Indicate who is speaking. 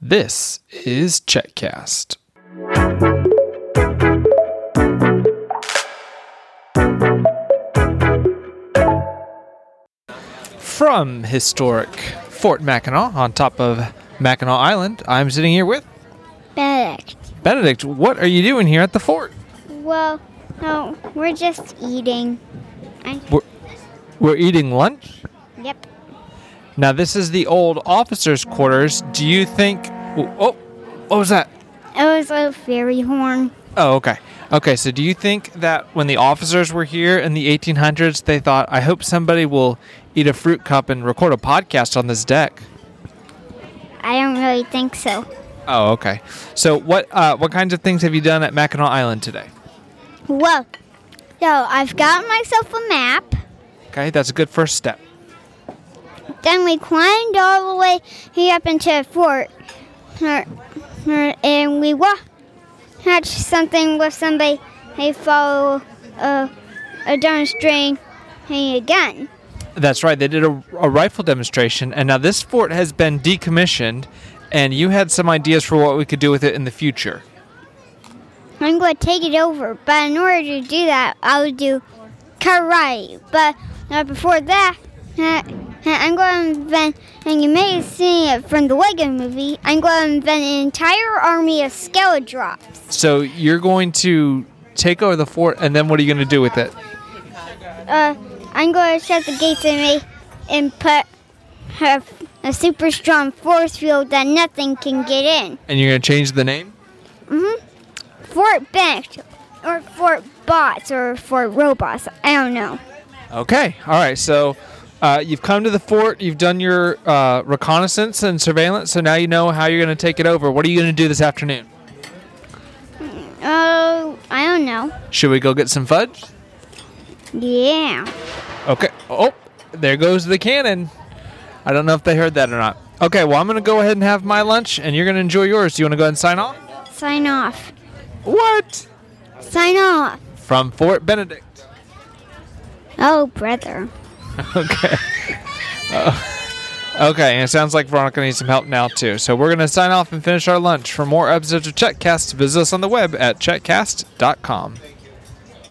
Speaker 1: This is Checkcast. From historic Fort Mackinac on top of Mackinac Island, I'm sitting here with
Speaker 2: Benedict.
Speaker 1: Benedict. What are you doing here at the fort?
Speaker 2: Well, no, we're just eating. I,
Speaker 1: We're, we're eating lunch.
Speaker 2: yep.
Speaker 1: Now this is the old officers' quarters. Do you think? Oh, what was that?
Speaker 2: It was a fairy horn.
Speaker 1: Oh, okay. Okay, so do you think that when the officers were here in the 1800s, they thought, I hope somebody will eat a fruit cup and record a podcast on this deck?
Speaker 2: I don't really think so.
Speaker 1: Oh, okay. So what uh, what kinds of things have you done at Mackinac Island today?
Speaker 2: Well, so I've got myself a map.
Speaker 1: Okay, that's a good first step.
Speaker 2: Then we climbed all the way here up into the fort. Er, er, And we walked, had something with somebody. They follow a, a demonstrating again.
Speaker 1: That's right. They did a, a rifle demonstration, and now this fort has been decommissioned, and you had some ideas for what we could do with it in the future.
Speaker 2: I'm going to take it over. But in order to do that, I would do karate. But uh, before that, uh, I'm going to invent, and you may have seen it from the Lego movie, I'm going to invent an entire army of skeledrops.
Speaker 1: So you're going to take over the fort, and then what are you going to do with it?
Speaker 2: Uh, I'm going to shut the gates and, make, and put a, a super strong force field that nothing can get in.
Speaker 1: And you're going to change the name?
Speaker 2: Fort Benedict, or Fort Bots, or Fort Robots. I don't know.
Speaker 1: Okay. All right. So uh, you've come to the fort. You've done your uh, reconnaissance and surveillance. So now you know how you're going to take it over. What are you going to do this afternoon?
Speaker 2: Oh, I don't know.
Speaker 1: Should we go get some fudge?
Speaker 2: Yeah.
Speaker 1: Okay. Oh, there goes the cannon. I don't know if they heard that or not. Okay. Well, I'm going to go ahead and have my lunch, and you're going to enjoy yours. Do you want to go ahead and sign off?
Speaker 2: Sign off.
Speaker 1: What?
Speaker 2: Sign off.
Speaker 1: From Fort Benedict.
Speaker 2: Oh, brother.
Speaker 1: Okay. Uh, okay, and it sounds like Veronica needs some help now too. So we're gonna sign off and finish our lunch. For more episodes of Checkcast, visit us on the web at checkcast.com.